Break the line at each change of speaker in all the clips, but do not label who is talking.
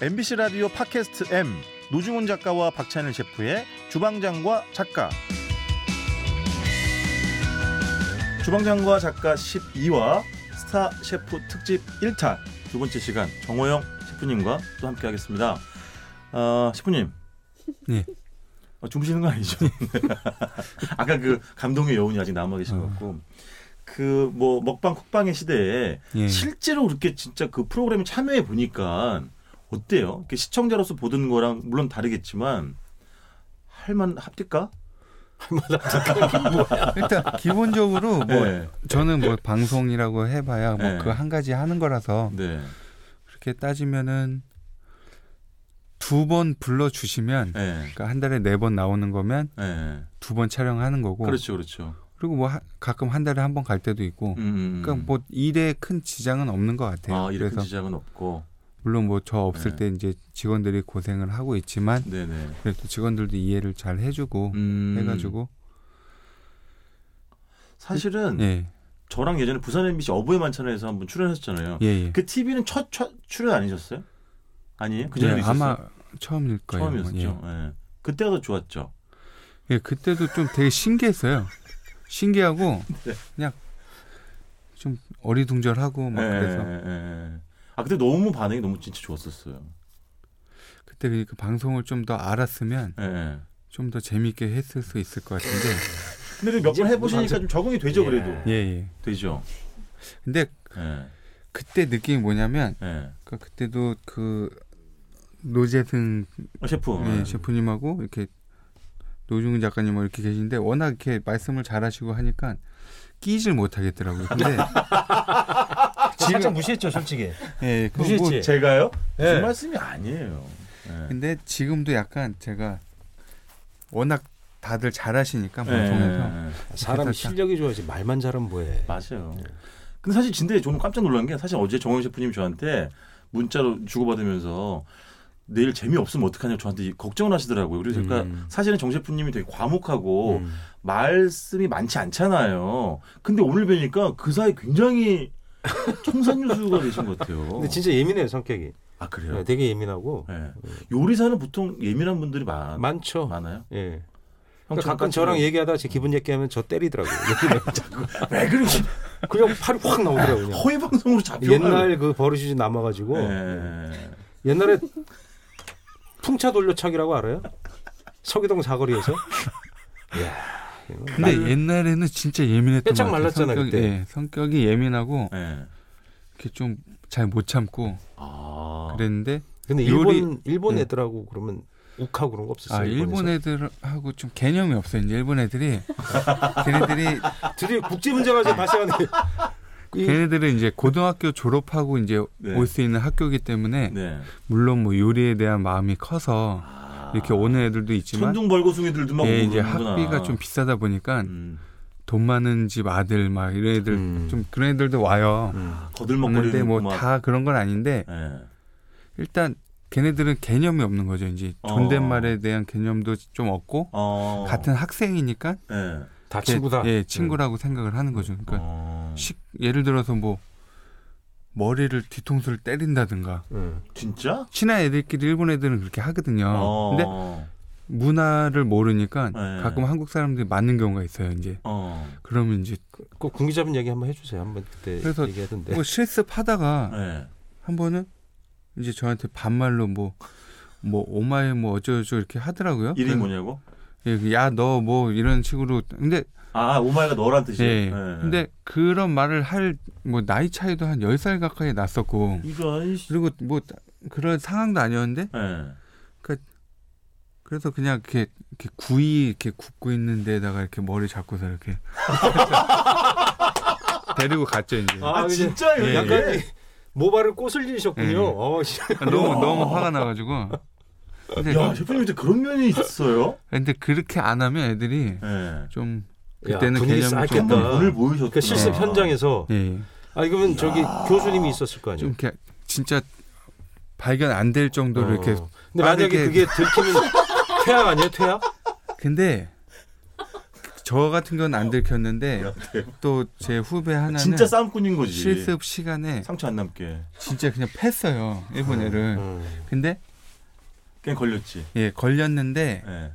MBC 라디오 팟캐스트 M 노중훈 작가와 박찬일 셰프의 주방장과 작가 주방장과 작가 12화 스타 셰프 특집 1탄 두 번째 시간 정호영 셰프님과 또 함께하겠습니다. 어, 셰프님
예.
어, 주무시는 거 아니죠? 아까 그 감동의 여운이 아직 남아 계신 것 같고 그 뭐 먹방 쿡방의 시대에
예.
실제로 그렇게 진짜 그 프로그램에 참여해 보니까 어때요? 이렇게 시청자로서 보던 거랑 물론 다르겠지만 할만 합니까?
일단 기본적으로 뭐
네.
저는 뭐 방송이라고 해봐야 뭐
네.
그 한 가지 하는 거라서
네.
그렇게 따지면은 두 번 불러 주시면
네.
그러니까 한 달에 네 번 나오는 거면
네.
두 번 촬영하는 거고
그렇죠, 그렇죠.
그리고뭐 하- 가끔 한 달에 한 번 갈 때도 있고
음,
어. 그러니까 뭐 일에 큰 지장은 없는 것 같아요.
아, 이렇게
그래서
지장은 없고.
물론 뭐 저 없을
네.
때 이제 직원들이 고생을 하고 있지만
네, 네.
그래도 직원들도 이해를 잘 해주고
음.
해가지고
사실은
예예
저랑 예전에 부산 MBC 어부의 만찬에서 한번 출연하셨잖아요.
예. 예.
그 TV는 첫, 첫 출연 아니셨어요? 아니에요? 그 전에도
예,
있었어요?
아마 처음일 거예요.
처음이었죠. 예. 그때가 더 좋았죠.
예. 예, 그때도 좀 되게 신기했어요. 신기하고 그냥 좀 어리둥절하고 막
예,
그래서
예, 예, 예. 아 그때 너무 반응이 너무 진짜 좋았었어요.
그때 그러니까 방송을 좀 더 알았으면
예, 예.
좀 더 재미있게 했을 수 있을 것 같은데
근데 몇 번 해보시니까 좀 적응이 되죠 그래도
뭐 예 예.
되죠.
근데
예,
그때 느낌이 뭐냐면
예.
그러니까 그때도 그 노재승
어, 셰프.
예, 셰프님하고 이렇게 노중훈 작가님하고 뭐 이렇게 계신데 워낙 이렇게 말씀을 잘하시고 하니까 끼질 못하겠더라고요. 근데
살짝 무시했죠, 솔직히.
예, 그거 뭐
무시했지.
제가요?
예.
무슨 말씀이 아니에요. 예.
근데 지금도 약간 제가 워낙 다들 잘하시니까
예,
방송에서
예, 예.
됐다.
사람 실력이 좋아야지 말만 잘하면 뭐해.
맞아요. 근데 사실 진짜 저는 깜짝 놀란 게 사실 어제 정원 셰프님 저한테 문자로 주고받으면서 내일 재미없으면 어떡하냐고 저한테 걱정을 하시더라고요. 그래서 그러니까
음.
사실은 정 셰프님이 되게 과묵하고
음.
말씀이 많지 않잖아요. 근데 오늘 뵈니까 그 사이 굉장히 청산유수가 되신 것 같아요.
근데 진짜 예민해요, 성격이.
아 그래요?
되게 예민하고
네. 요리사는 보통 예민한 분들이 많,
많죠.
많아요.
예.
형 뭐?
그러니까 가끔 저랑 얘기하다 제 기분 얘기하면 저 때리더라고요.
왜 그러지?
그냥 팔이 확 나오더라고요. 그냥.
허위 방송으로 잡혀.
옛날 그 버릇이 남아가지고
예.
옛날에 풍차 돌려차기라고 알아요? 서기동 사거리에서
근데 옛날에는 진짜 예민했던
빼짝
것 같아요.
말랐잖아,
성격이,
그때.
예, 성격이 예민하고
예.
이렇게 좀 잘 못 참고
아.
그랬는데
근데
요리-
일본 일본
네.
애들하고 그러면 욱하고 그런 거 없었어요.
아 일본
일본에서.
애들하고 좀 개념이 없어요. 이제 일본 애들이 걔네들이
드디어 국제 문제가 이제 발생하는 이-
걔네들은 이제 고등학교 졸업하고 이제
네.
올 수 있는 학교이기 때문에
네.
물론 뭐 요리에 대한 마음이 커서 이렇게 오는 애들도 있지만
아. 천둥 벌거숭이들도 막
예, 이제
오르는구나.
학비가 좀 비싸다 보니까
음.
돈 많은 집 아들 막 이런 애들
음.
좀 그런 애들도 와요.
음.
오는데
거들먹거리는
뭐 다 그런 건 아닌데
예.
일단 걔네들은 개념이 없는 거죠. 이제
어.
존댓말에 대한 개념도 좀 없고
어.
같은 학생이니까
예.
다 친구다.
예, 친구라고 생각을 하는 거죠. 그러니까
어.
식- 예를 들어서 뭐 머리를 뒤통수를 때린다든가
음.
진짜?
친한 애들끼리 일본 애들은 그렇게 하거든요.
어.
근데 문화를 모르니까
네.
가끔 한국 사람들이 맞는 경우가 있어요. 이제
어.
그러면 이제
그 군기잡은 얘기 한번 해주세요. 한번 그때
그래서
네.
얘기하던데.
뭐 실습하다가
예.
한 번은 이제 저한테 반말로 뭐 뭐 오마이 뭐 어쩌고저쩌고 이렇게 하더라고요.
이름이
그래서
뭐냐고?
예, 야너 뭐 이런 식으로 근데
아 오마이가 너란
예.
뜻이에요.
근데 그런 말을 할 뭐 나이 차이도 한 10살 가까이 났었고
이런 씨.
그리고 뭐 그런 상황도 아니었는데
예.
그래서 그냥 이렇게, 이렇게 구이 이렇게 굽고 있는 데다가 이렇게 머리 잡고서 이렇게 데리고 갔죠 이제
아,
이제
진짜요?
예,
약간
예.
이 모발을 꼬슬리셨군요.
예.
어, 씨.
너무 너무 화가 나가지고 근데,
야 셰프님한테 그런 면이 있어요?
근데 그렇게 안 하면 애들이
예.
좀
야,
그때는
분위기
개념이
쌓였겠다.
좀,
한번 오늘
그러니까
모이셨구나.
실습 현장에서
예, 예.
아 이거면 저기 교수님이 있었을 거
좀
아니에요.
이렇게 진짜 발견 안 될 정도로 이렇게
어. 근데 만약에
빠르게-
그게 들키면 퇴학 아니에요? 퇴학?
근데 저 같은 건 안 들켰는데 또 제 후배 하나는
진짜 싸움꾼인 거지.
실습 시간에
상처 안 남게
진짜 그냥 팼어요 일본 애를.
음.
근데
그냥 걸렸지.
예 걸렸는데
네.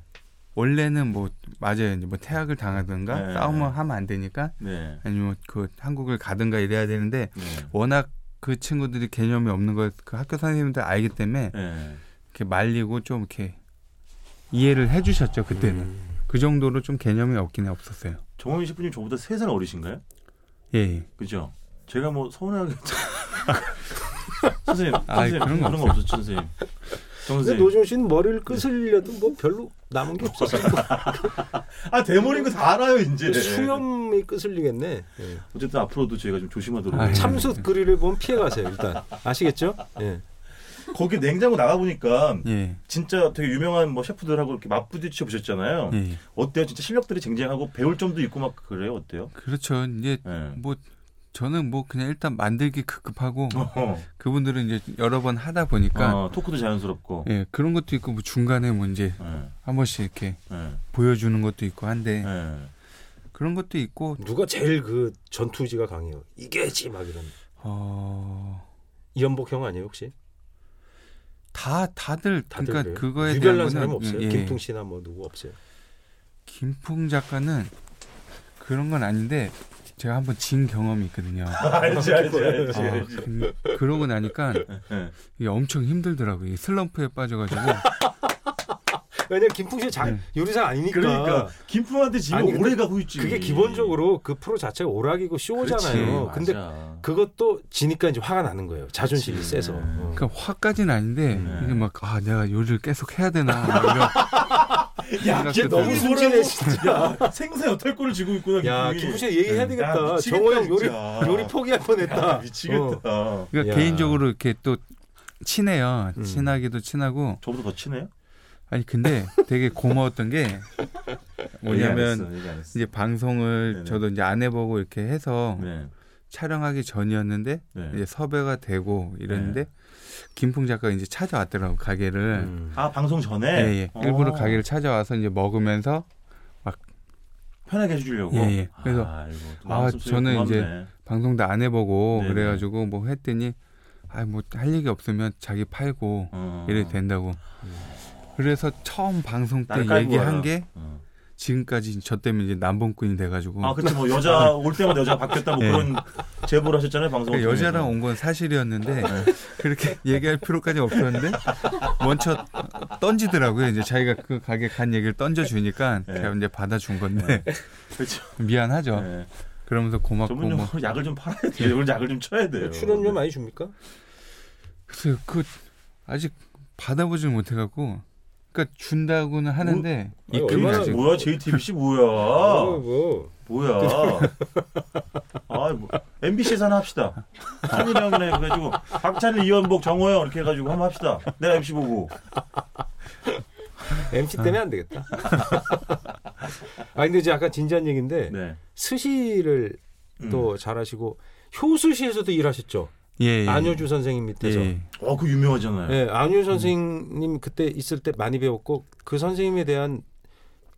원래는 뭐 맞아요 이제 뭐 태학을 당하든가
네.
싸움을 하면 안 되니까
네.
아니면 그 한국을 가든가 이래야 되는데
네.
워낙 그 친구들이 개념이 없는 걸 그 학교 선생님들 알기 때문에
네.
이렇게 말리고 좀 이렇게 이해를 해주셨죠 그때는 그 정도로 좀 개념이 없긴 없었어요.
정호민 셰프님 저보다 세 살 어리신가요?
예, 예.
그죠? 제가 뭐 서운하게 선생님,
아,
선생님
그런 거
그런 거 없었죠, 선생님. 정
근데
선생님.
노지훈 씨는 머리를 끄슬려도 뭐 별로 남은 게 없어서
아 대머리인 거 다 알아요,
네.
이제.
수염이 끄슬리겠네. 예.
어쨌든 앞으로도 저희가 좀 조심하도록.
아, 참-
참숯 그릴을 보면 피해 가세요 일단 아시겠죠? 예.
거기 냉장고 나가 보니까
예.
진짜 되게 유명한 뭐 셰프들하고 이렇게 맞부딪혀 보셨잖아요.
예, 예.
어때요? 진짜 실력들이 쟁쟁하고 배울 점도 있고 막 그래요. 어때요?
그렇죠. 이제
예.
뭐 저는 뭐 그냥 일단 만들기 급급하고
어,
그분들은 이제 여러 번 하다 보니까
어, 토크도 자연스럽고.
예 그런 것도 있고 뭐 중간에 뭐 이제
예,
한 번씩 이렇게
예,
보여주는 것도 있고 한데
예.
그런 것도 있고
누가 제일 그 전투지가 강해요? 이게지 막 이런
어.
이연복 형 아니에요 혹시?
다 다들,
다들
그러니까
그래요?
그거에 대한
유별난
거는
사람 없어요.
예, 예.
김풍 씨나 뭐 누구 없어요.
김풍 작가는 그런 건 아닌데 제가 한번 진 경험이 있거든요.
아, 알지, 알지, 알지.
아,
알지.
그, 그러고 나니까
예.
이게 엄청 힘들더라고요. 이게 슬럼프에 빠져가지고
왜냐면 김풍 씨 장 요리사 아니니까.
그러니까 김풍한테 지면
아니, 근데
오래 가고 있지.
그게 기본적으로 그 프로 자체가 오락이고 쇼잖아요.
그렇지,
근데
맞아.
그것도 지니까 이제 화가 나는 거예요. 자존심이
그치.
세서.
네.
어.
그러니까 화까지는 아닌데
네.
이게 막 아 내가 요리를 계속 해야 되나 막 이런
야,
생각도
걔 너무
들고.
순진해
순진해,
진짜. 생사 여탈권을 쥐고 있구나.
야,
김풍이.
김풍 씨 얘기해야 되겠다. 정호 형 요리 요리 포기할 뻔했다. 어.
야, 미치겠다. 어.
그러니까
야.
개인적으로 이렇게 또 친해요.
음.
친하기도 친하고
저보다 더 친해요?
아니 근데 되게 고마웠던 게 뭐냐면
어, 얘기 안 했어.
이제 방송을
예, 네네.
저도 이제 안 해보고 이렇게 해서
네.
촬영하기 전이었는데
네.
이제 섭외가 되고 이랬는데 김풍 작가가 이제 찾아왔더라고 가게를
음.
아, 방송 전에
예, 예.
어.
일부러 가게를 찾아와서 이제 먹으면서
편하게 해 주려고.
예, 예. 그래서 아, 저는 이제 방송도 안 해보고
네네.
그래가지고 뭐 했더니 아 뭐 할 얘기 없으면 자기 팔고
어.
이래 된다고 그래서 처음 방송 때
나를 깔고 와라.
얘기한 게
어.
지금까지 저 때문에 이제 남봉꾼이 돼가지고
아, 그치 뭐 여자 올 때마다 여자 바뀌었다 뭐
예.
그런 제보를 하셨잖아요, 방송.
그러니까 여자랑 온 건 사실이었는데
네.
그렇게 얘기할 필요까지 없었는데 먼저 던지더라고요 이제 자기가 그 가게 간 얘기를 던져주니까
네.
제가 이제 받아준
네.
건데
그렇죠.
미안하죠
예.
그러면서 고맙고
전문용어로
뭐
약을 좀 팔아야 돼요. 오늘 약을 좀 쳐야 돼요.
네, 출연료 많이 줍니까?
글쎄요 그 아직 받아보질 못해갖고 그러니까 준다고는 하는데
아니,
입금이
얼마나
얼마나
아직
뭐야 JTBC 아. 뭐야
어, 뭐.
뭐야 아 뭐, MBC에서 하나 합시다 찬일 형이나 해가지고 박찬일 이현복 정호영 이렇게 해가지고 한번 합시다 내가 MC 보고
MC 때문에 안 되겠다. 아 근데 이제 아까 진지한 얘기인데
네
스시를
음.
또 잘하시고 효수시에서도 일하셨죠.
예, 예.
안효주 선생님 밑에서.
예.
어, 그 유명하잖아요
예,
음.
안효주 선생님 그때 있을 때 많이 배웠고 그 선생님에 대한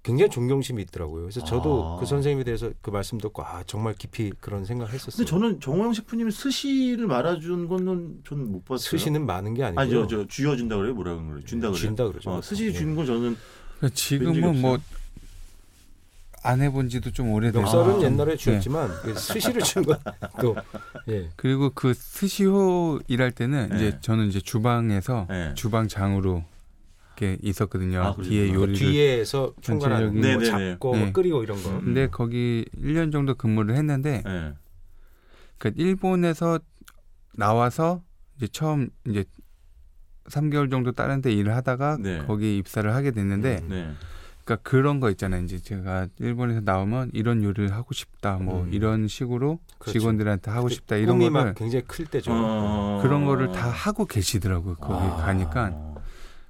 굉장히 존경심이 있더라고요. 그래서 저도
아.
그 선생님에 대해서 그 말씀 듣고 아 정말 깊이 그런 생각했었어요.
근데 저는 정호영 셰프님이 스시를 말아준 거는 저는 못 봤어요
스시는 많은 게 아니고요.
아니 저저 쥐어준다 그래요 뭐라 그래요 준다 그래요
준다 그러죠.
어, 스시
예.
주는 거 저는
그러니까
왠지
지금은 뭐 안 해본 지도 좀 오래돼서
멱살은
아.
좀-
옛날에
예.
주었지만
네.
그 스시를 준 건 또 예.
그리고 그 스시호 일할 때는
네.
이제 저는 이제 주방에서
네.
주방장으로 이렇게 있었거든요.
아, 그래요?
뒤에
그
요리를.
그러니까 뒤에서 총괄하는 뭐
전체적인-
잡고
네네네.
뭐 끓이고 이런 거.
음.
근데 거기 1년 정도 근무를 했는데
예.
그러니까 일본에서 나와서 이제 처음 이제 3개월 정도 다른 데 일을 하다가
네.
거기 입사를 하게 됐는데
음.
네.
그러니까 그런 거 있잖아요. 이제 제가 일본에서 나오면 이런 요리를 하고 싶다. 뭐
음.
이런 식으로
그렇죠.
직원들한테 하고 싶다. 이런
꿈이
거를
막 굉장히 클 때죠.
어.
그런 거를 다 하고 계시더라고요. 거기
아.
가니까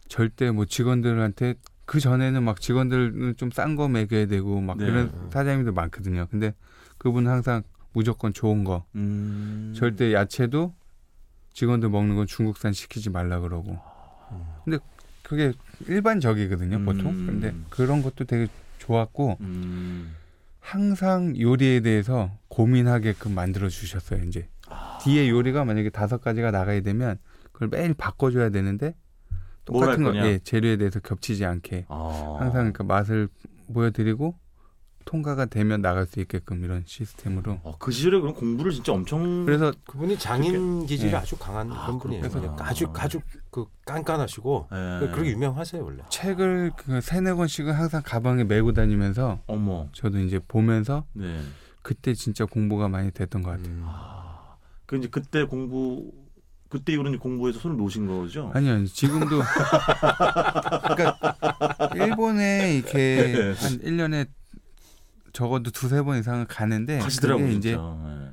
절대 뭐 직원들한테 그 전에는 막 직원들은 좀 싼 거 먹여야 되고 막
네.
이런 사장님들 많거든요. 근데 그분은 항상 무조건 좋은 거.
음.
절대 야채도 직원들 먹는 건 중국산 시키지 말라 그러고. 근데 그게 일반적이거든요, 보통.
음. 음.
근데 그런 것도 되게 좋았고
음.
항상 요리에 대해서 고민하게끔 만들어 주셨어요. 이제
아.
뒤에 요리가 만약에 다섯 가지가 나가야 되면 그걸 매일 바꿔줘야 되는데
뭘할
똑같은 거,
거냐?
예, 재료에 대해서 겹치지 않게
아.
항상 그 맛을 보여드리고 통과가 되면 나갈 수 있게끔 이런 시스템으로.
어, 그 시절에 그럼 공부를 진짜 엄청
그래서
그분이 장인 기질이
네.
아주 강한
아,
그런 분이에요.
그렇구나.
그냥 아주 아주 그 깐깐하시고
예.
그렇게 유명하세요 원래.
책을 그 세네 권씩은 항상 가방에 메고 다니면서
어머.
저도 이제 보면서
네.
그때 진짜 공부가 많이 됐던 것 같아요.
음.
아. 그 이제 그때 공부 그때 이후로 이제 공부에서 손을 놓으신 거죠?
아니요, 아니, 지금도 그러니까 일본에 이렇게
네.
한 1년에 적어도 두세 번 이상은 가는데
가시더라고요,
네. 그게
진짜.
이제
예.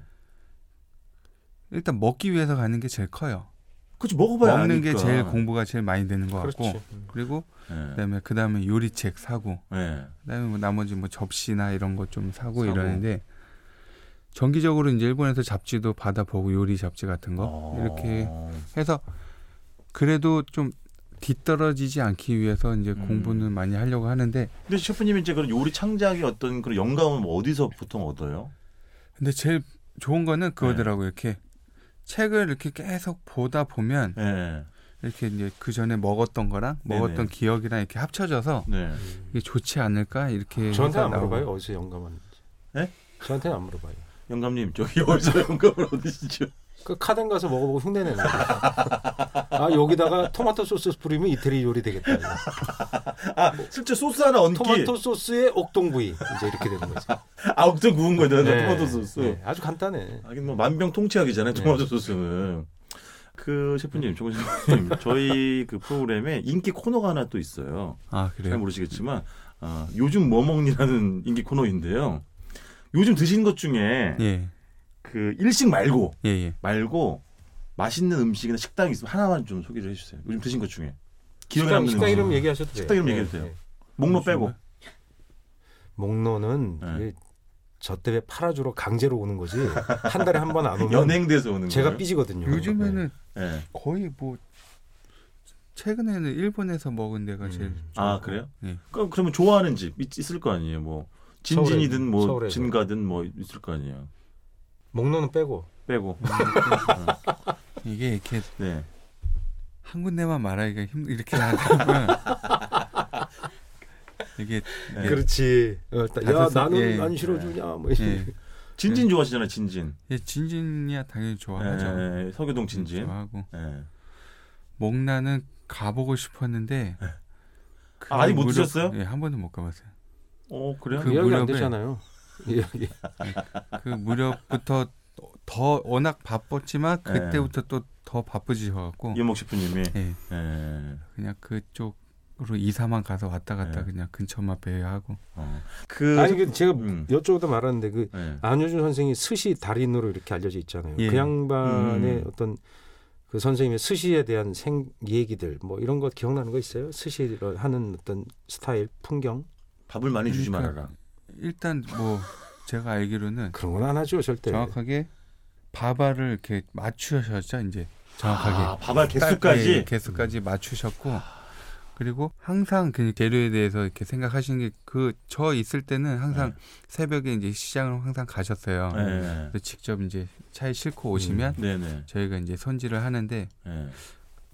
일단 먹기 위해서 가는 게 제일 커요.
그렇지 먹어봐야
먹는
아니까.
게 제일 공부가 제일 많이 되는 것 같고
그렇지.
그리고
예.
그다음에 그다음에 요리책 사고
예.
그다음에 뭐 나머지 뭐 접시나 이런 것 좀
사고.
사고, 이러는데 정기적으로 이제 일본에서 잡지도 받아보고 요리 잡지 같은 거
어.
이렇게 해서 그래도 좀 뒤떨어지지 않기 위해서 이제
음.
공부는 많이 하려고 하는데
근데 셰프님이 이제 그런 요리 창작의 어떤 그런 영감은 뭐 어디서 보통 얻어요?
근데 제일 좋은 거는 그거더라고요. 이렇게 책을 이렇게 계속 보다 보면
예.
이렇게 이제 그 전에 먹었던 거랑
네네.
먹었던 기억이랑 이렇게 합쳐져서
네.
이게 좋지 않을까 이렇게
아, 저한테
해서
안
나오고.
물어봐요 어디서 영감하는지.
예?
저한테 안 물어봐요.
영감님 저기 어디서 영감을 얻으시죠?
그 카덴 가서 먹어보고 흉내 내는 거아 여기다가 토마토 소스 뿌리면 이태리 요리 되겠다. 이거.
아 실제 소스 하나 얹기
토마토 소스에 옥동구이 이제 이렇게 되는 거지.
아 억정 구운 거잖아요
네.
토마토 소스.
네, 아주 간단해.
하긴 뭐 만병통치약이잖아요
네.
토마토 소스는. 그 셰프님, 조건 셰프님, 저희 그 프로그램에 인기 코너가 하나 또 있어요.
아
잘
그래요.
모르시겠지만 아, 요즘 뭐 먹니라는 인기 코너인데요. 요즘 드신 것 중에
네.
예예예.
그 일식 말고
예, 예.
말고 맛있는 음식이나 식당 이 있으면 하나만 좀 소개를 해주세요. 요즘 드신 것 중에 기억에
식당,
남는
식당
음식.
이름 얘기하셔도 돼요. 네.
식당 이름 얘기해도 돼요. 목록 빼고
목로는
네.
그게 저 때문에 팔아주러 강제로 오는 거지 한 달에 한 번 안 오면
연행돼서 오는
제가
거예요.
삐지거든요. 네.
요즘에는
예.
거의 뭐 최근에는 일본에서 먹은 데가 제일
음.
아 그래요?
예.
그럼 그러면 좋아하는 집 있- 있을 거 아니에요. 뭐 진진이든
서울에,
뭐
서울에서.
진가든 뭐 있을 거 아니에요.
목로는 빼고
빼고
이게 이렇게
네.
한 군데만 말하기가 힘 이렇게 하다보면 이게
네.
그렇지. 어, 따- 야
다섯 살-
나는
예,
안 싫어주냐 뭐
예.
진진 좋아하시잖아요. 진진.
예, 진진이야 당연히 좋아하죠. 음,
예, 예, 서교동 진진.
좋아하고
예.
목나는 가보고 싶었는데 그
예. 아, 아직 못
무렵-
드셨어요?
예, 한 번도 못 가봤어요.
어 그래요?
그
이야기 안
무렵에-
되잖아요. 예, 예.
그 무렵부터 더 워낙 바빴지만
예.
그때부터 또 더 바쁘지셔갖고
이목 셰프님이.
예,
예.
그냥 그쪽으로 이사만 가서 왔다 갔다
예.
그냥 근처만 배회하고
어. 그
아니 그 제가
음.
여쭤보다 말았는데 그
예.
안효준 선생이 스시 달인으로 이렇게 알려져 있잖아요.
예.
그 양반의
음.
어떤 그 선생님의 스시에 대한 생 얘기들 뭐 이런 거 기억나는 거 있어요? 스시를 하는 어떤 스타일, 풍경
밥을 많이 주지
그러니까-
말아라.
일단 뭐 제가 알기로는
그런 건 안 하죠 절대.
정확하게 밥알을 이렇게 맞추셨죠 이제 정확하게
아, 밥알
딱, 예, 예,
개수까지.
개수까지 맞추셨고 그리고 항상 그 재료에 대해서 이렇게 생각하시는 게 그 저 있을 때는 항상
네.
새벽에 이제 시장을 항상 가셨어요.
예.
그래서 직접 이제 차에 싣고
음.
오시면
네네.
저희가 이제 손질을 하는데
예.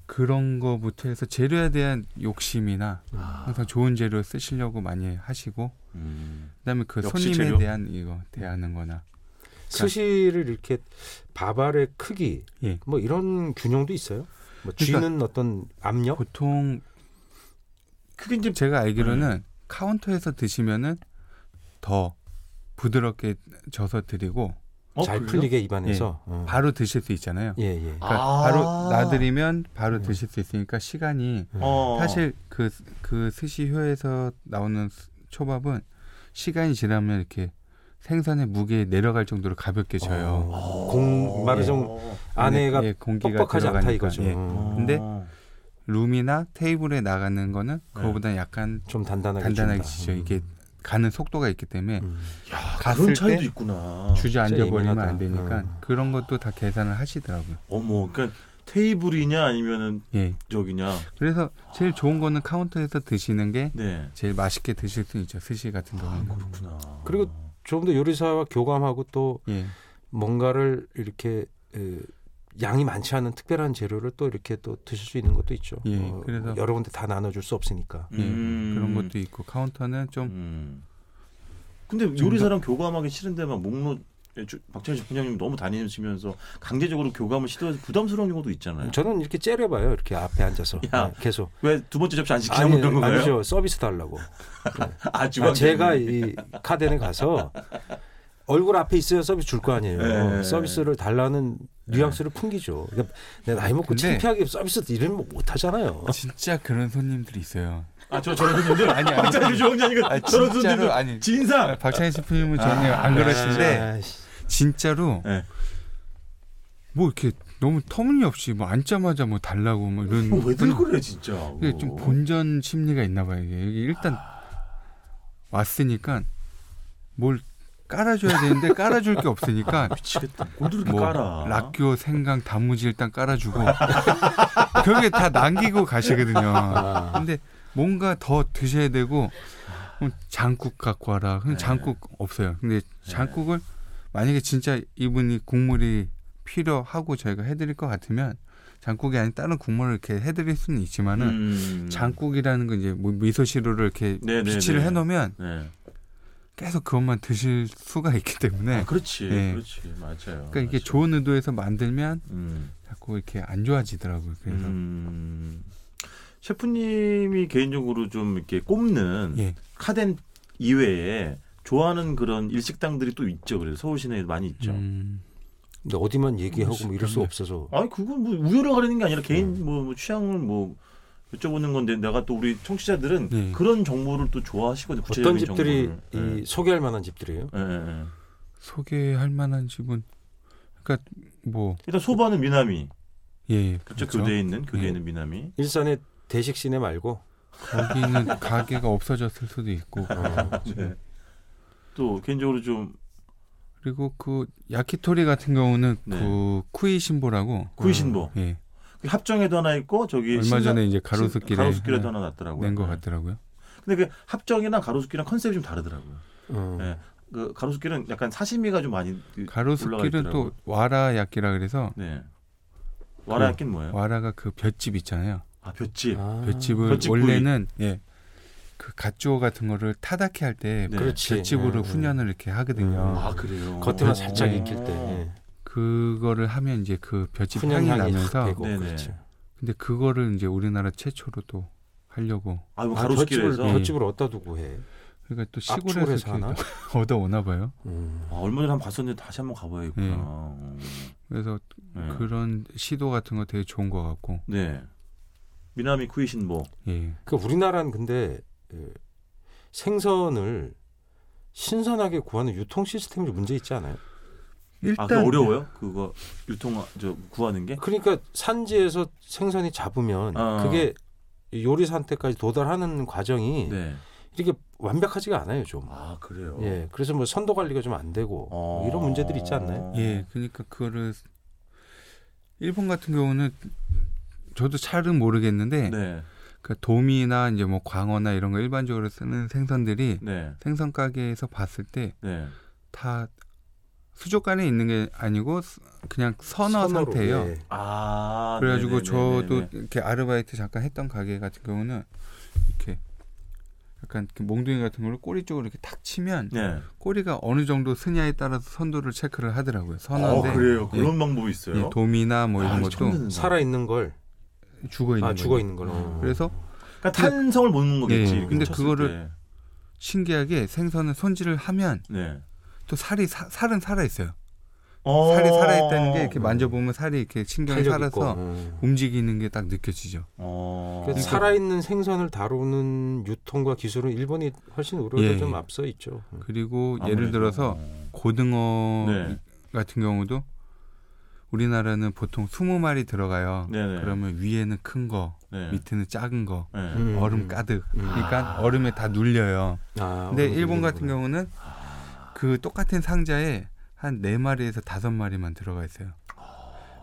그런 거부터 해서 재료에 대한 욕심이나
아,
항상 좋은 재료 쓰시려고 많이 하시고
음.
그다음에 그
역시
손님에
재료.
대한 이거 대하는거나
스시를 이렇게 밥알의 크기
예.
뭐 이런 균형도 있어요. 뭐
그러니까-
쥐는 어떤 압력
보통
그게 이제
제가 알기로는
음.
카운터에서 드시면은 더 부드럽게 져서 드리고
어,
잘
그래요?
풀리게 입안에서 어.
바로 드실 수 예. 있잖아요.
예, 예.
그러니까
아.
바로 나들이면 바로
음.
드실 수 있으니까 시간이
예.
어.
사실 그 그 스시효에서 나오는 스- 초밥은 시간이 지나면 이렇게 생선의 무게에 내려갈 정도로 가볍게 져요.
어.
공- 말하자면
예.
안에가
예, 공기가
뻑뻑하지 않다
들어가니까.
이거죠.
예.
음.
근데 룸이나 테이블에 나가는 거는 그거보다
네.
약간
좀 단단하게
단단하게
준다.
지죠.
음.
이게 예. 가는 속도가 있기 때문에
음.
야,
갔을
그런 차이도
때
있구나.
주저앉아 버리면
예민하다.
안 되니까
음.
그런 것도 다 계산을 하시더라고요.
어머, 그러니까 테이블이냐 아니면은
예.
저기냐.
그래서 제일 좋은 거는 카운터에서 드시는 게
네.
제일 맛있게 드실 수 있죠. 스시 같은 경우는.
그렇구나.
그리고 조금 더 요리사와 교감하고 또
예.
뭔가를 이렇게 에, 양이 많지 않은 특별한 재료를 또 이렇게 또 드실 수 있는 것도 있죠. 뭐
예, 그래서-
여러 군데 다 나눠줄 수 없으니까.
예, 그런 것도 있고 카운터는 좀
음. 근데 요리사랑 교감하기 싫은데만 목로 주- 박찬희 부장님 너무 다니시면서 강제적으로 교감을 시도해서 부담스러운 경우도
네.
있잖아요.
저는 이렇게 째려봐요. 이렇게 앞에 앉아서
야.
네, 계속.
왜 두 번째 접시 안 시키는
아니,
그런 건가요?
아니죠. 서비스 달라고.
아,
아,
주방장님.
제가 이 카덴에 가서 얼굴 앞에 있어야 서비스 줄 거 아니에요.
네.
서비스를 달라는 뉘앙스를 풍기죠. 그러니까 내 나이 먹고
근데-
창피하게 서비스 이러면 못 하잖아요.
진짜 그런 손님들이 있어요.
아, 저 저런 손님들
아니, 아니.
박찬희 주방장이가
아,
저런
진짜로,
손님들
아니.
진상.
아, 박찬희 셰프님은
아,
전혀 안
네,
그러신데
아이씨.
진짜로
예.
뭐 이렇게 너무 터무니없이 뭐 앉자마자 뭐 달라고 뭐 이런
왜들
분들-
그래 진짜. 뭐.
이게 좀 본전 심리가 있나 봐요. 이게 이게 일단 왔으니까 뭘 깔아줘야 되는데 깔아줄 게 없으니까
미치겠다. 뭘 이렇게
뭐
깔아.
락교 생강 단무지 일단 깔아주고 그게 다 남기고 가시거든요. 근데 뭔가 더 드셔야 되고 그럼 장국 갖고 와라. 그럼
네.
장국 없어요. 근데 장국을 만약에 진짜 이분이 국물이 필요하고 저희가 해드릴 것 같으면 장국이 아닌 다른 국물을 이렇게 해드릴 수는 있지만은
음.
장국이라는 건 이제 뭐 미소 시루를 이렇게
네, 네,
비치를
네.
해놓으면
네.
계속 그것만 드실 수가 있기 때문에
아, 그렇죠. 그렇지.
네.
그렇지. 맞아요.
그러니까 이게
맞아요.
좋은 의도에서 만들면
음.
자꾸 이렇게 안 좋아지더라고요. 그래서
음. 셰프님이 개인적으로 좀 이렇게 꼽는
예.
카덴 이외에 좋아하는 그런 일식당들이 또 있죠. 그래서 서울 시내에 많이 있죠.
음,
근데 어디만 얘기하고 뭐 이럴 수
그렇네.
없어서
아니 그건 뭐 우열을 가리는 게 아니라
음.
개인 뭐, 뭐 취향을 뭐 여쭤보는 건데 내가 또 우리 청취자들은
네.
그런 정보를 또 좋아하시거든요.
어떤
구체적인
집들이
정보를. 네.
이 소개할 만한 집들이에요?
예. 예, 예, 예.
소개할 만한 집은 그러니까 뭐
일단 소바는 미남이
예, 예,
그쪽
그렇죠.
교대에 있는 교대에
예.
있는 미남이
일산의 대식 시내 말고
거기는 가게가 없어졌을 수도 있고 그렇죠.
네. 또 개인적으로 좀
그리고 그 야키토리 같은 경우는
네.
그 쿠이 신보라고
구이신보
예,
그 합정에도 하나 있고 저기
얼마
신라-
전에 이제
신-
가로수길에
가로수길에도 하나 났더라고요.
낸 것
네.
같더라고요.
근데 그 합정이랑 가로수길이랑 컨셉이 좀 다르더라고요.
음.
네. 그 가로수길은 약간 사시미가 좀 많이 그-
가로수길은
있더라고요.
또 와라야키라 그래서
네. 와라야끼는 뭐예요?
와라가 그 볏집 있잖아요.
아 볏집.
네. 아,
볏집을
볏집 구이.
원래는 예. 그 갓조 같은 거를 타다키 할 때
네.
그렇지.
볏집으로
네, 네.
훈연을 이렇게 하거든요.
음.
아 그래요.
겉에만
어.
살짝
네.
익힐 때 예.
그거를 하면 이제 그 볏집
훈연
향이
향이
나면서
확 배고
네네.
그렇죠.
근데 그거를 이제 우리나라 최초로 또 하려고
아, 뭐
아,
가로수길에서
예.
볏집을 볏집을 어디다 두고 해?
그러니까 또
압축을
시골에서
해서 하나?
이렇게 얻어 오나 봐요.
음.
아, 얼마 전에 한 번 봤었는데 다시 한번 가봐야겠구나.
예.
음.
네.
그래서
예.
그런 시도 같은 거 되게 좋은 것 같고
네. 미나미 쿠이신보.
예.
그 우리나라는 근데 그 생선을 신선하게 구하는 유통 시스템이 좀 문제 있지 않아요?
아,
일단
그 어려워요? 그거 유통 저 구하는 게?
그러니까 산지에서 생선이 잡으면
어.
그게 요리사한테까지 도달하는 과정이
네.
이렇게 완벽하지가 않아요 좀.
아, 어. 그래요.
예, 그래서 뭐 선도 관리가 좀 안 되고 뭐 이런 문제들이 있지 않나요?
예, 그러니까 그거를 일본 같은 경우는 저도 잘은 모르겠는데
네.
그 도미나 이제 뭐 광어나 이런 거 일반적으로 쓰는 생선들이
네.
생선 가게에서 봤을
네.
때 다 수족관에 있는 게 아니고 스- 그냥 선어
선어로,
상태예요.
예.
아.
그래가지고
네네네네네.
저도 이렇게 아르바이트 잠깐 했던 가게 같은 경우는 이렇게 약간 이렇게 몽둥이 같은 걸로 꼬리 쪽으로 이렇게 탁 치면
네.
꼬리가 어느 정도 쓰냐에 따라서 선도를 체크를 하더라고요.
어,
선어인데
그래요.
네.
예,
그런 방법이 있어요.
예, 도미나 뭐 이런
아, 처음
것도
듣는다.
살아 있는 걸,
죽어 있는
아 죽어 있는 걸.
음.
그래서
그러니까 탄성을 못 먹는 거겠지.
예,
이렇게
근데
쳤을
그거를- 신기하게 생선을 손질을 하면
때. 네.
또 살이 사- 살은 살아 있어요.
어. 네.
살이 살아 있다는 게 이렇게
음.
만져보면 살이 이렇게 신경이
탄력
살아서
있고. 음.
움직이는 게 딱 느껴지죠.
어.
그러니까 살아있는 생선을 다루는 유통과 기술은 일본이 훨씬 우리보다
예,
좀
예.
앞서 있죠. 음.
그리고
아무래도. 그러니까.
예를 들어서 고등어
네.
같은 경우도 우리나라는 보통 20마리 들어가요.
네네.
그러면 위에는 큰 거,
네.
밑에는 작은 거,
네.
음.
얼음 가득.
음.
그러니까 얼음에 다 눌려요.
아,
근데
오늘
일본
보는구나.
같은 경우는 그 똑같은 상자에 한 4마리에서 5마리만 들어가 있어요.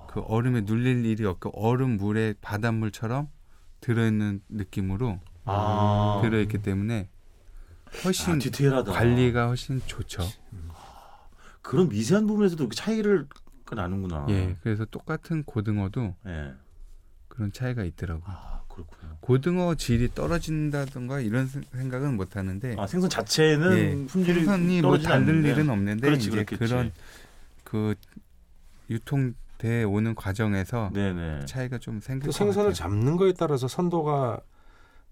그 얼음에 눌릴 일이 없고 얼음 물에 바닷물처럼 들어있는 느낌으로
아.
들어있기 때문에 훨씬
아, 디테일하다.
그 관리가 훨씬 좋죠.
그런 미세한 부분에서도 이렇게 차이를 그 나는구나.
예, 그래서 똑같은 고등어도
예.
그런 차이가 있더라고요.
아 그렇군요.
고등어 질이 떨어진다던가 이런 생- 생각은 못 하는데
아 생선 자체는
네. 예,
품질이
생선이 뭐
떨어지지
다를
않는데.
일은 없는데
그렇지,
이제
그렇겠지.
그런그 유통돼 오는 과정에서
네네.
차이가 좀 생길
또
것
생선을
같아요.
잡는 거에 따라서 선도가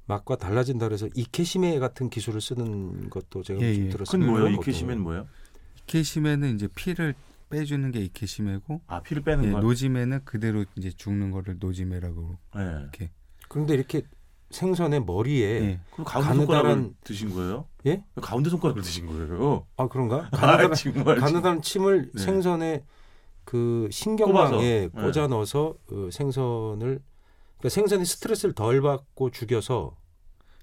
맛과 달라진다 그래서 이케시메 같은 기술을 쓰는 것도 제가
예,
좀
예.
그건
들었습니다.
뭐예요?
그런
이
것도.
캐시면 뭐예요?
이케심에는 이제 피를 빼주는 게 이케심에고
아 피를 빼는
예,
거.
노지매는 그대로 이제 죽는 거를 노지매라고.
예.
그런데 이렇게 생선의 머리에
예.
그럼 가운데 손가락을
가느다란-
드신 거예요?
예?
왜 가운데 손가락을 드신 거예요?
아 그런가?
아
가느다란,
정말.
가느다란 침을
네.
생선의 그
꼽아서. 네.
신경망에 꽂아 넣어서 어, 생선을 그러니까 생선이 스트레스를 덜 받고 죽여서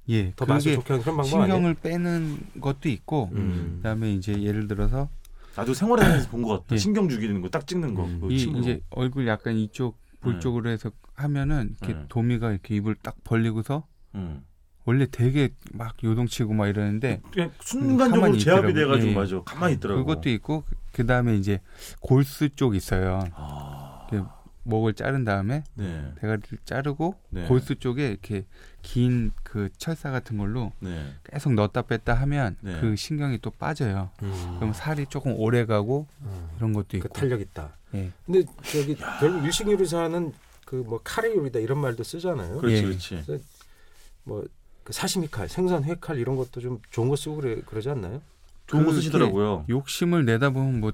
예,
더 맛을
그게
좋게 하는 그런 방법 아니에요?
신경을 빼는 것도 있고
음.
그다음에 이제 예를 들어서
나도 생활에서 본 것 같다.
예.
신경 죽이는 거 딱 찍는 거.
음.
그거
이
침으로.
이제 얼굴 약간 이쪽 볼
네.
쪽으로 해서 하면은 이렇게
네.
도미가 이렇게 입을 딱 벌리고서
음.
원래 되게 막 요동치고 막 이러는데
그냥 순간적으로
가만히
제압이
있더라고요.
돼가지고
예.
맞아. 가만히 있더라고.
그것도 있고 그다음에 이제 골수 쪽 있어요.
아,
목을 자른 다음에
네.
대가리를 자르고
네.
골수 쪽에 이렇게 긴 그 철사 같은 걸로
네.
계속 넣었다 뺐다 하면
네. 아.
그 신경이 또 빠져요.
음.
그럼 살이 조금 오래 가고
음.
이런 것도
그
있고.
탄력 있다.
예.
근데 저기 결국 일식 요리사는 그 뭐 카레 요리다 이런 말도 쓰잖아요.
그렇지,
예.
그렇지.
뭐 그 사시미 칼, 생선 회 칼 이런 것도 좀 좋은 거 쓰고 그래 그러지 않나요?
좋은 거
그게
쓰시더라고요.
욕심을 내다보면 뭐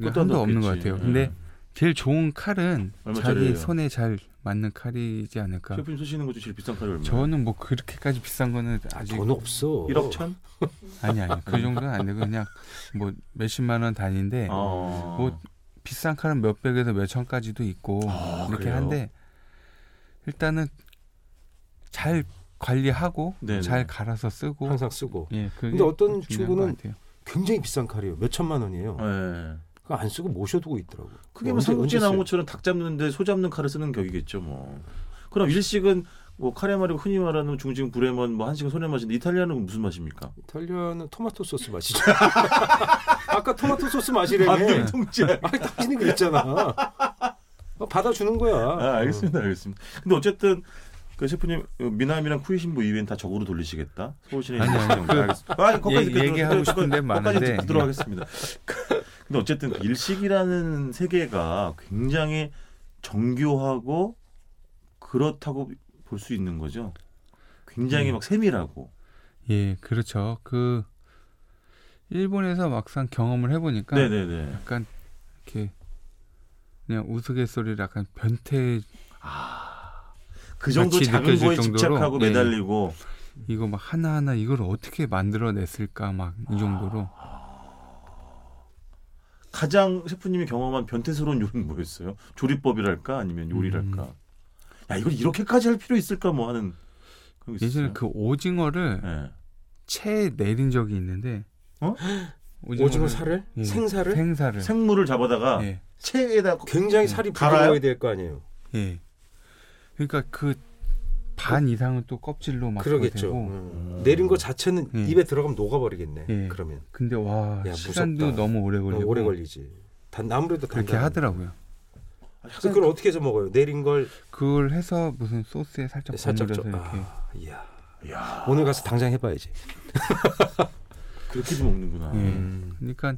끝도
한도 없는 것
없겠지.
같아요.
예.
근데 제일 좋은 칼은
얼마짜리예요?
자기 손에 잘 맞는 칼이지 않을까.
셰프님 쓰시는 것도 제일 비싼 칼이 얼마?
저는 뭐 그렇게까지 비싼 거는 아직
돈 없어.
1억 천?
아니 아니 그 정도는 안 되고 그냥 뭐 몇십만 원 단위인데
어.
뭐 비싼 칼은 몇백에서 몇천까지도 있고
아,
뭐, 이렇게
그래요?
한데 일단은 잘 관리하고
네네.
잘 갈아서 쓰고
항상 쓰고.
예 그게
근데 어떤
중요한 것
친구는
같아요.
굉장히 비싼 칼이에요. 몇 천만 원이에요.
예.
그거 안 쓰고 모셔두고 있더라고.
그게 뭐
언제-
삼국지
언제
나온
써요?
것처럼 닭 잡는데 소 잡는 칼을 쓰는 격이겠죠 뭐. 그럼 일식은 뭐 카레 말이고 흔히 말하는 중식 브레먼 뭐 한식은 소의 맛인데 이탈리아는 무슨 맛입니까?
이탈리아는 토마토 소스 맛이죠. 아까 토마토 소스 맛이래.
방금 통째.
아, 당신이 그랬잖아. 어, 받아주는 거야.
아 알겠습니다, 알겠습니다. 근데 어쨌든 그 셰프님 어, 미남이랑 쿠이신부 이외엔 다 적으로 돌리시겠다. 서울시내
아니, 아니,
정도.
그
알겠습니다. 아, 거기까지
얘-
듣도록-
얘기하고
거기까지
싶은 데 많은데. 예.
듣도록 하겠습니다. 근데 어쨌든 그 일식이라는 세계가 굉장히 정교하고 그렇다고 볼 수 있는 거죠. 굉장히
음.
막 세밀하고.
예 그렇죠 그 일본에서 막상 경험을 해보니까
네네네.
약간 이렇게 그냥 우스갯소리를 약간 변태
그 정도
마치
작은
느껴질
거에
정도로,
집착하고
예.
매달리고
이거 막 하나하나 이걸 어떻게 만들어냈을까 막
아,
이 정도로
가장 셰프님이 경험한 변태스러운 요리는 뭐였어요? 조리법이랄까 아니면 요리랄까?
음.
야 이걸 이렇게까지 할 필요 있을까 뭐 하는 그런 게 있었어요.
예전에 그 오징어를
예.
채에 내린 적이 있는데
어?
오징어를-
오징어 살을?
예.
생살을?
생사를
음. 생물을 잡아다가
예.
체에다
굉장히 살이
음. 갈아요?
부드러워야 될 거 아니에요.
예. 그러니까 그 반 이상은 또 껍질로 막
그러겠죠.
되고
음. 내린 거 자체는
음.
입에 들어가면 녹아버리겠네.
예.
그러면
근데 와
야,
시간도
무섭다.
너무 오래
너무
걸리고
오래 걸리지. 단 아무래도
그렇게
단단하네.
하더라고요.
아,
그래서 그걸 어떻게 해서 먹어요? 내린 걸
그걸 해서 무슨 소스에 살짝
살짝
버무려서
좀.
이렇게
아, 이야.
야
오늘 가서 당장 해봐야지.
그렇게도 먹는구나.
예.
음.
그러니까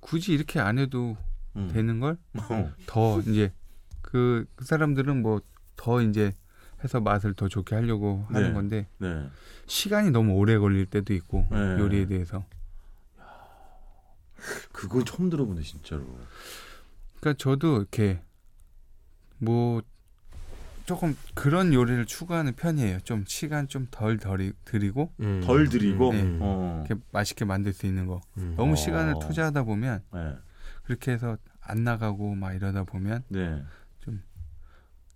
굳이 이렇게 안 해도
음.
되는 걸
어.
더 이제 그, 그 사람들은 뭐 더 이제 해서 맛을 더 좋게 하려고 하는
네.
건데
네.
시간이 너무 오래 걸릴 때도 있고
네.
요리에 대해서
그건 처음 들어보네 진짜로.
그러니까 저도 이렇게 뭐 조금 그런 요리를 추구하는 편이에요 좀 시간 좀 덜 덜이 들이고
예.
덜 들이고.
음.
어.
이렇게 맛있게 만들 수 있는 거
음.
너무
어.
시간을 투자하다 보면
네.
그렇게 해서 안 나가고 막 이러다 보면
네.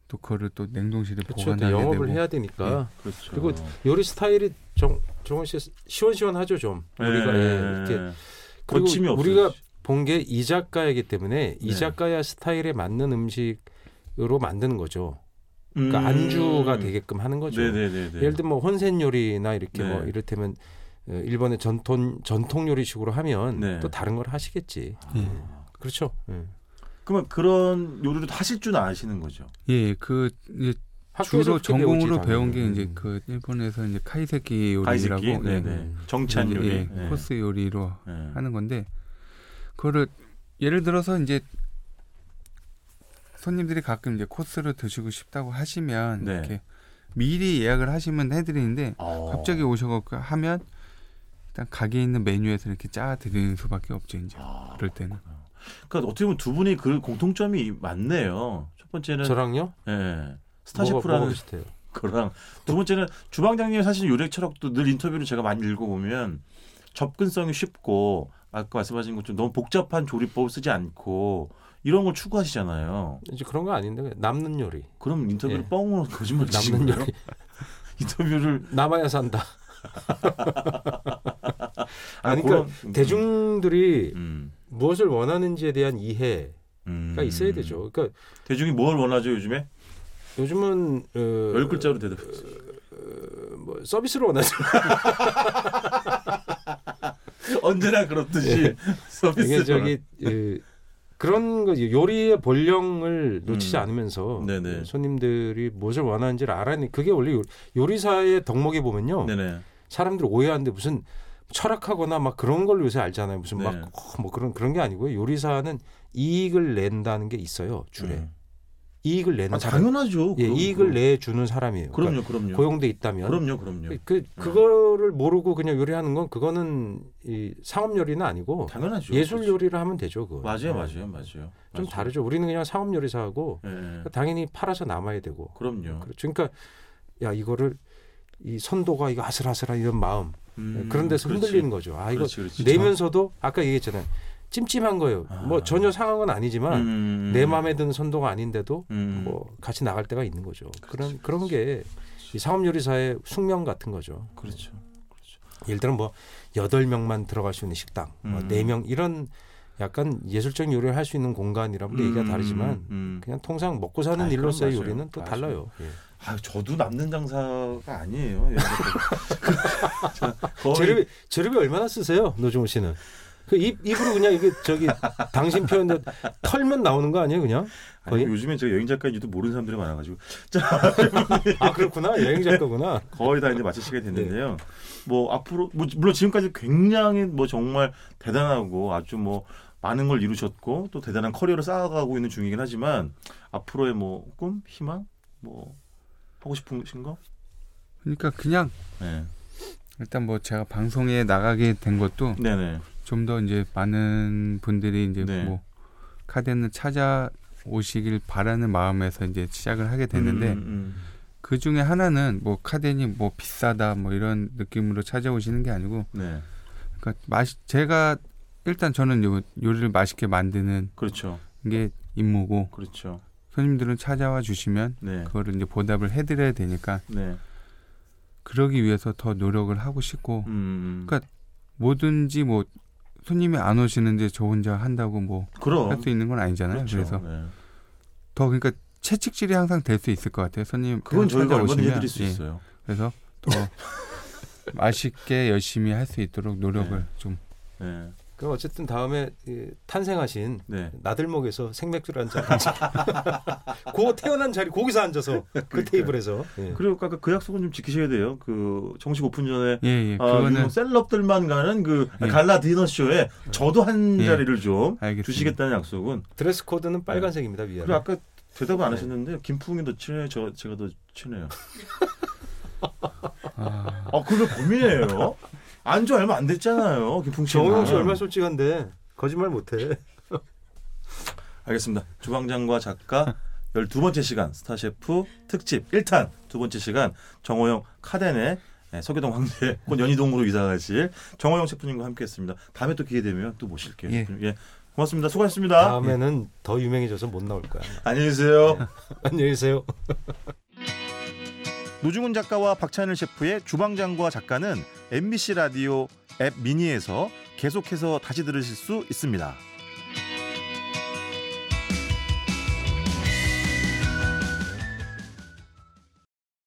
또 그거를 또 냉동실에
그렇죠. 또
보관하게 되고 예.
영업을 해야 되니까
그렇죠.
그리고 요리 스타일이 정 정원 씨 시원시원하죠 좀 우리가 예, 이렇게 그리고
네. 거침이 없어.
우리가 본 게 이 작가이기 때문에 이
네.
작가야 스타일에 맞는 음식으로 만드는 거죠. 그러니까 안주가 그 되게끔 하는 거죠.
음. 네네네.
예를 들면 뭐 혼센 요리나 이렇게
네.
뭐 이를테면 어, 일본의 전통 전통 요리식으로 하면
네.
또 다른 걸 하시겠지.
예.
그렇죠. 예.
그러면 그런 요리를 다 하실 줄 아시는 거죠?
예, 그 이제 주로
학교에서 그렇게
전공으로
배우지,
배운 게
당연히. 음.
이제 그 일본에서 이제 카이세키 요리라고
가이세키, 네,
예,
네. 정찬
이제
요리,
예,
네.
코스 요리로
네.
하는 건데 그거를 예를 들어서 이제 손님들이 가끔 이제 코스를 드시고 싶다고 하시면
네.
이렇게 미리 예약을 하시면 해드리는데
어.
갑자기 오셔갖고 하면 일단 가게 있는 메뉴에서 이렇게 짜 드리는 수밖에 없죠 이제
아,
그럴 때는
그러니까 어떻게 보면 두 분이 그 공통점이 많네요. 첫 번째는
음. 저랑요?
예,
뭐가- 뭐가
스타셰프라는
비슷해요.
거랑 두 번째는 주방장님 사실 요리 철학도 늘 인터뷰를 제가 많이 읽어보면 접근성이 쉽고 아까 말씀하신 것처럼 너무 복잡한 조리법 쓰지 않고 이런 걸 추구하시잖아요.
이제 그런 거 아닌데 남는 요리.
그럼 인터뷰를
예.
뻥으로 거짓말 치시는
남는
거예요?
요리.
인터뷰를
남아야 산다.
아,
아니, 그러니까
그런-
대중들이
음,
무엇을 원하는지에 대한 이해가
음.
있어야 되죠. 그러니까
대중이 뭘 원하죠 요즘에?
요즘은 어,
열 글자로 대답해.
뭐 서비스를 원하죠.
그 언제나 그렇듯이
예. 이게
서비스.
저기 어, 그런 거 요리의 본령을 놓치지
음.
않으면서
네네.
손님들이 무엇을 원하는지를 알아내. 그게 원래 요- 요리사의 덕목에 보면요.
네네.
사람들 오해하는데 무슨 철학하거나 막 그런 걸로 요새 알잖아요. 무슨
네.
막 뭐 그런 그런 게 아니고요. 요리사는 이익을 낸다는 게 있어요. 줄에
음.
이익을 내는
아,
사람.
당연하죠.
예,
그럼,
이익을
그럼.
내 주는 사람이에요.
그럼요, 그럼요.
그러니까 고용돼 있다면
그럼요, 그럼요.
그 그거를 모르고 그냥 요리하는 건 그거는 이 상업 요리는 아니고
당연하죠.
예술
그렇죠.
요리를 하면 되죠. 그거
맞아요, 맞아요, 맞아요.
좀
맞아요.
다르죠. 우리는 그냥 상업 요리사하고
예, 예.
당연히 팔아서 남아야 되고
그럼요.
그렇죠. 그러니까 야 이거를 이 선도가 이거 아슬아슬한 이런 마음 네,
음,
예, 그런 데서
그렇지.
흔들리는 거죠. 아 이거
그렇지, 그렇지.
내면서도 아까 얘기했잖아요. 찜찜한 거예요.
아.
뭐 전혀 상황은 아니지만
음,
내 마음에 드는 선도가 아닌데도
음.
뭐 같이 나갈 때가 있는 거죠. 그런
그렇지,
그런 게 이 상업 요리사의 숙명 같은 거죠.
그렇죠.
예를 들어 뭐 여덟 명만 들어갈 수 있는 식당, 뭐
음.
네명 이런 약간 예술적인 요리를 할 수 있는 공간이라면 또 얘기가
음,
다르지만
음.
그냥 통상 먹고 사는
아, 그건
일로서의
맞아요.
요리는 또
맞아요.
달라요. 예.
아, 저도 남는 장사가 아니에요. 예. 저 거의
재료비 재료비 얼마나 쓰세요, 노종호 씨는? 그 입 입으로 그냥 이게 저기 당신 표현대로 털면 나오는 거 아니에요, 그냥?
아니,
거의?
요즘에 제가 여행 작가인지도 모르는 사람들이 많아가지고
아 그렇구나 여행 작가구나.
거의 다 이제 마칠 시간이 됐는데요. 뭐 앞으로 뭐 물론 지금까지 굉장히 뭐 정말 대단하고 아주 뭐 많은 걸 이루셨고 또 대단한 커리어를 쌓아가고 있는 중이긴 하지만 앞으로의 뭐 꿈, 희망, 뭐 하고 싶으신 거?
그러니까 그냥
네,
일단 뭐 제가 방송에 나가게 된 것도
네, 네.
좀 더 이제 많은 분들이 이제
네.
뭐 카덴을 찾아 오시길 바라는 마음에서 이제 시작을 하게
음,
되는데 그 중에 하나는 뭐 카덴이 뭐 비싸다 뭐 이런 느낌으로 찾아오시는 게 아니고
네,
그러니까 맛이 제가 일단 저는 요 요리를 맛있게 만드는
그렇죠,
게 임무고
그렇죠.
손님들은 찾아와 주시면
네,
그거를 이제 보답을 해드려야 되니까
네.
그러기 위해서 더 노력을 하고 싶고
음,
그러니까 뭐든지 뭐 손님이 안 오시는데 저 혼자 한다고 뭐
그럼
할 수 있는 건 아니잖아요. 그래서
네.
더 그러니까 채찍질이 항상 될 수 있을 것 같아요. 손님
그건 저희가 얼마든지
찾아오시면.
해드릴 수
예.
있어요.
그래서 더 맛있게 열심히 할 수 있도록 노력을
네.
좀
네,
그 어쨌든 다음에 이 탄생하신
네.
나들목에서 생맥주를 한잔 고 태어난 자리 거기서 앉아서 그
그러니까요.
테이블에서
네.
예.
그리고 아까 그 약속은 좀 지키셔야 돼요. 그 정식 오픈 전에
예예
아,
그거는
요즘 셀럽들만 가는 그
예.
갈라 디너 쇼에 저도 한
예.
자리를 좀
알겠습니다. 예.
주시겠다는 약속은.
드레스 코드는 빨간색입니다 위아래.
그리고 아까 대답 안
네.
하셨는데 김풍이 더 친해 저 제가 더 친해요.
아,
아 그걸 고민해요. 안주 얼마 안 됐잖아요. 김풍 씨.
정우영 씨 얼마나 솔직한데 거짓말 못해.
알겠습니다. 주방장과 작가 12번째 시간 스타셰프 특집 1탄 두 번째 시간 정호영 카덴의 네, 서교동 황제 곧 연희동으로 이사가실 정호영 셰프님과 함께했습니다. 다음에 또 기회 되면 또 모실게요.
예.
셰프님. 예. 고맙습니다. 수고하셨습니다. 예.
다음에는 더 유명해져서 못 나올 거야.
안녕히 계세요.
안녕히 계세요.
노중훈 작가와 박찬일 셰프의 주방장과 작가는 MBC 라디오 앱 미니에서 계속해서 다시 들으실 수 있습니다.